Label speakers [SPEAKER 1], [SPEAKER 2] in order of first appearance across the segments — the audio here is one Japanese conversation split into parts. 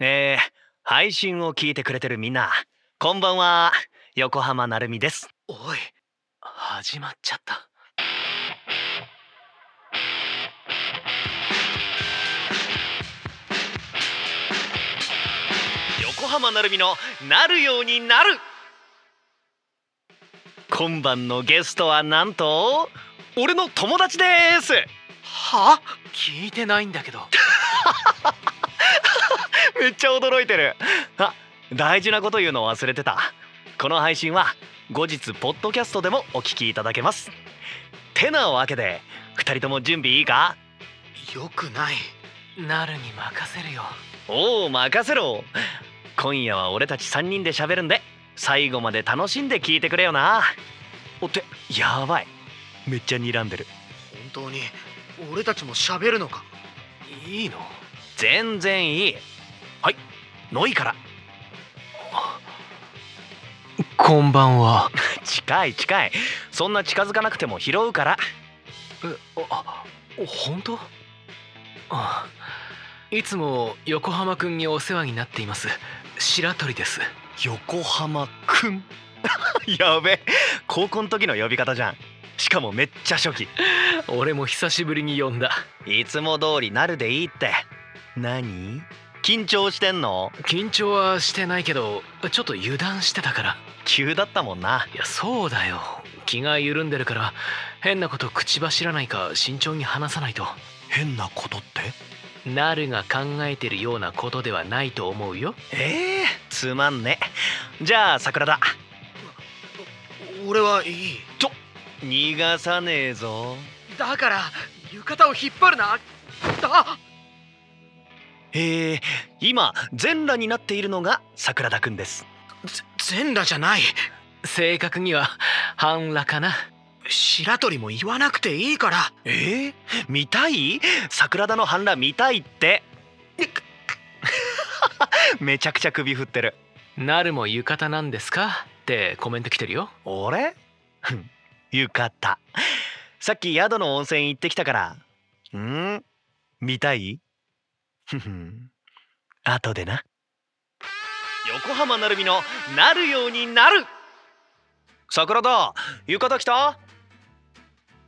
[SPEAKER 1] えー、配信を聞いてくれてるみんな、こんばんは。横浜なるみです。
[SPEAKER 2] おい始まっちゃった
[SPEAKER 1] 横浜なるみのなるようになる今晩のゲストはなんと俺の友達です
[SPEAKER 2] は聞いてないんだけど
[SPEAKER 1] めっちゃ驚いてるあ大事なこと言うの忘れてたこの配信は後日ポッドキャストでもお聞きいただけますてなわけで2人とも準備いいか
[SPEAKER 2] よくないなるに任せるよ
[SPEAKER 1] おお任せろ今夜は俺たち3人で喋るんで最後まで楽しんで聞いてくれよなおってやばいめっちゃ睨んでる
[SPEAKER 2] 本当に俺たちも喋るのかいいの
[SPEAKER 1] 全然いいはいノイから
[SPEAKER 2] こんばんは
[SPEAKER 1] 近い近いそんな近づかなくても拾うから
[SPEAKER 2] えあ本当あいつも横浜くんにお世話になっています白鳥です
[SPEAKER 1] 横浜くん やべ高校の時の呼び方じゃんしかもめっちゃ初期
[SPEAKER 2] 俺も久しぶりに呼んだ
[SPEAKER 1] いつも通りなるでいいって何緊張してんの
[SPEAKER 2] 緊張はしてないけどちょっと油断してたから
[SPEAKER 1] 急だったもんない
[SPEAKER 2] やそうだよ気が緩んでるから変なこと口走らないか慎重に話さないと
[SPEAKER 1] 変なことって
[SPEAKER 2] なるが考えてるようなことではないと思うよ
[SPEAKER 1] ええつまんねじゃあ桜田
[SPEAKER 2] 俺はいい
[SPEAKER 1] 逃がさねえぞ
[SPEAKER 2] だから浴衣を引っ張るなあ
[SPEAKER 1] ええ今全裸になっているのが桜田くんです
[SPEAKER 2] 全裸じゃない正確には半裸かな白鳥も言わなくていいから
[SPEAKER 1] えー、見たい桜田の反乱見たいって
[SPEAKER 2] え
[SPEAKER 1] めちゃくちゃ首振ってる
[SPEAKER 2] なるも浴衣なんですかってコメント来てるよ
[SPEAKER 1] 俺ふん浴衣さっき宿の温泉行ってきたからうん見たいふふん後でな横浜なるみのなるようになる桜田浴衣着た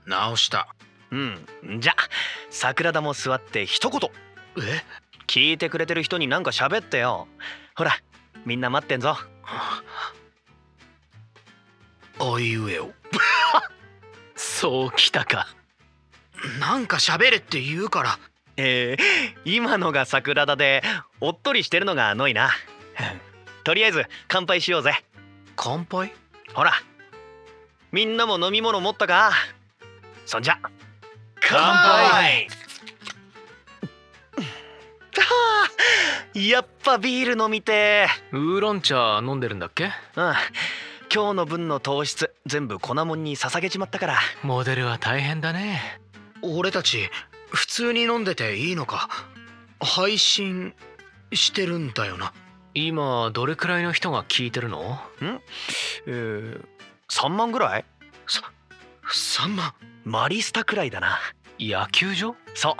[SPEAKER 2] 直した
[SPEAKER 1] うんじゃ桜田も座って一言
[SPEAKER 2] え
[SPEAKER 1] 聞いてくれてる人になんか喋ってよほらみんな待ってんぞ
[SPEAKER 2] おいうえをそうきたかなんか喋れって言うから
[SPEAKER 1] えー、今のが桜田でおっとりしてるのがノイな とりあえず乾杯しようぜ
[SPEAKER 2] 乾杯
[SPEAKER 1] ほらみんなも飲み物持ったかそんじゃ乾
[SPEAKER 2] 杯
[SPEAKER 1] は あやっぱビール飲みて
[SPEAKER 2] ウーロン茶飲んでるんだっけ
[SPEAKER 1] ーうん今日の分の糖質全部粉もんに捧げちまったから
[SPEAKER 2] モデルは大変だね
[SPEAKER 3] 俺たち普通に飲んでていいのか配信してるんだよな
[SPEAKER 2] 今どれくらいの人が聞いてるの
[SPEAKER 1] えー、3万ぐらい
[SPEAKER 3] 3万
[SPEAKER 1] マリスタくらいだな
[SPEAKER 2] 野球場
[SPEAKER 1] そ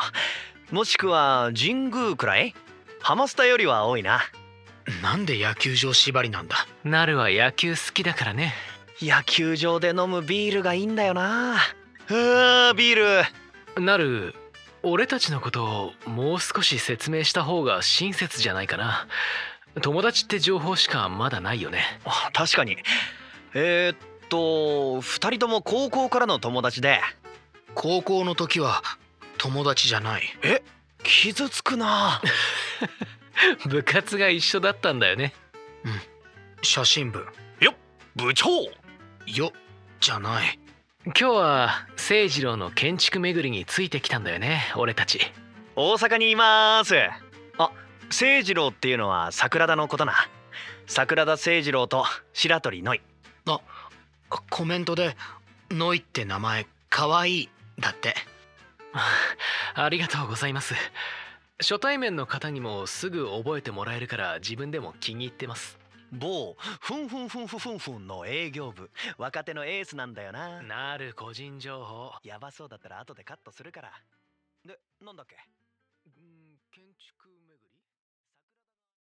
[SPEAKER 1] うもしくは神宮くらいハマスタよりは多いな
[SPEAKER 3] なんで野球場縛りなんだ
[SPEAKER 2] なるは野球好きだからね
[SPEAKER 1] 野球場で飲むビールがいいんだよなうわビール
[SPEAKER 2] なる俺たちのことをもう少し説明した方が親切じゃないかな友達って情報しかまだないよね
[SPEAKER 1] あ確かにえー、っと2人とも高校からの友達で
[SPEAKER 3] 高校の時は友達じゃない
[SPEAKER 1] 傷つくな
[SPEAKER 2] 部活が一緒だったんだよね
[SPEAKER 3] 写真部
[SPEAKER 1] 部長
[SPEAKER 3] よじゃない
[SPEAKER 2] 今日は誠二郎の建築巡りについてきたんだよね俺たち
[SPEAKER 1] 大阪にいますあ誠二郎っていうのは桜田のことな桜田誠二郎と白鳥ノイ
[SPEAKER 3] コメントで「ノイって名前かわいい」だって
[SPEAKER 2] ありがとうございます初対面の方にもすぐ覚えてもらえるから自分でも気に入ってます
[SPEAKER 1] 某ふんふんふんふんふんふんの営業部若手のエースなんだよな
[SPEAKER 2] なる個人情報
[SPEAKER 1] やばそうだったら後でカットするからでなんだっけ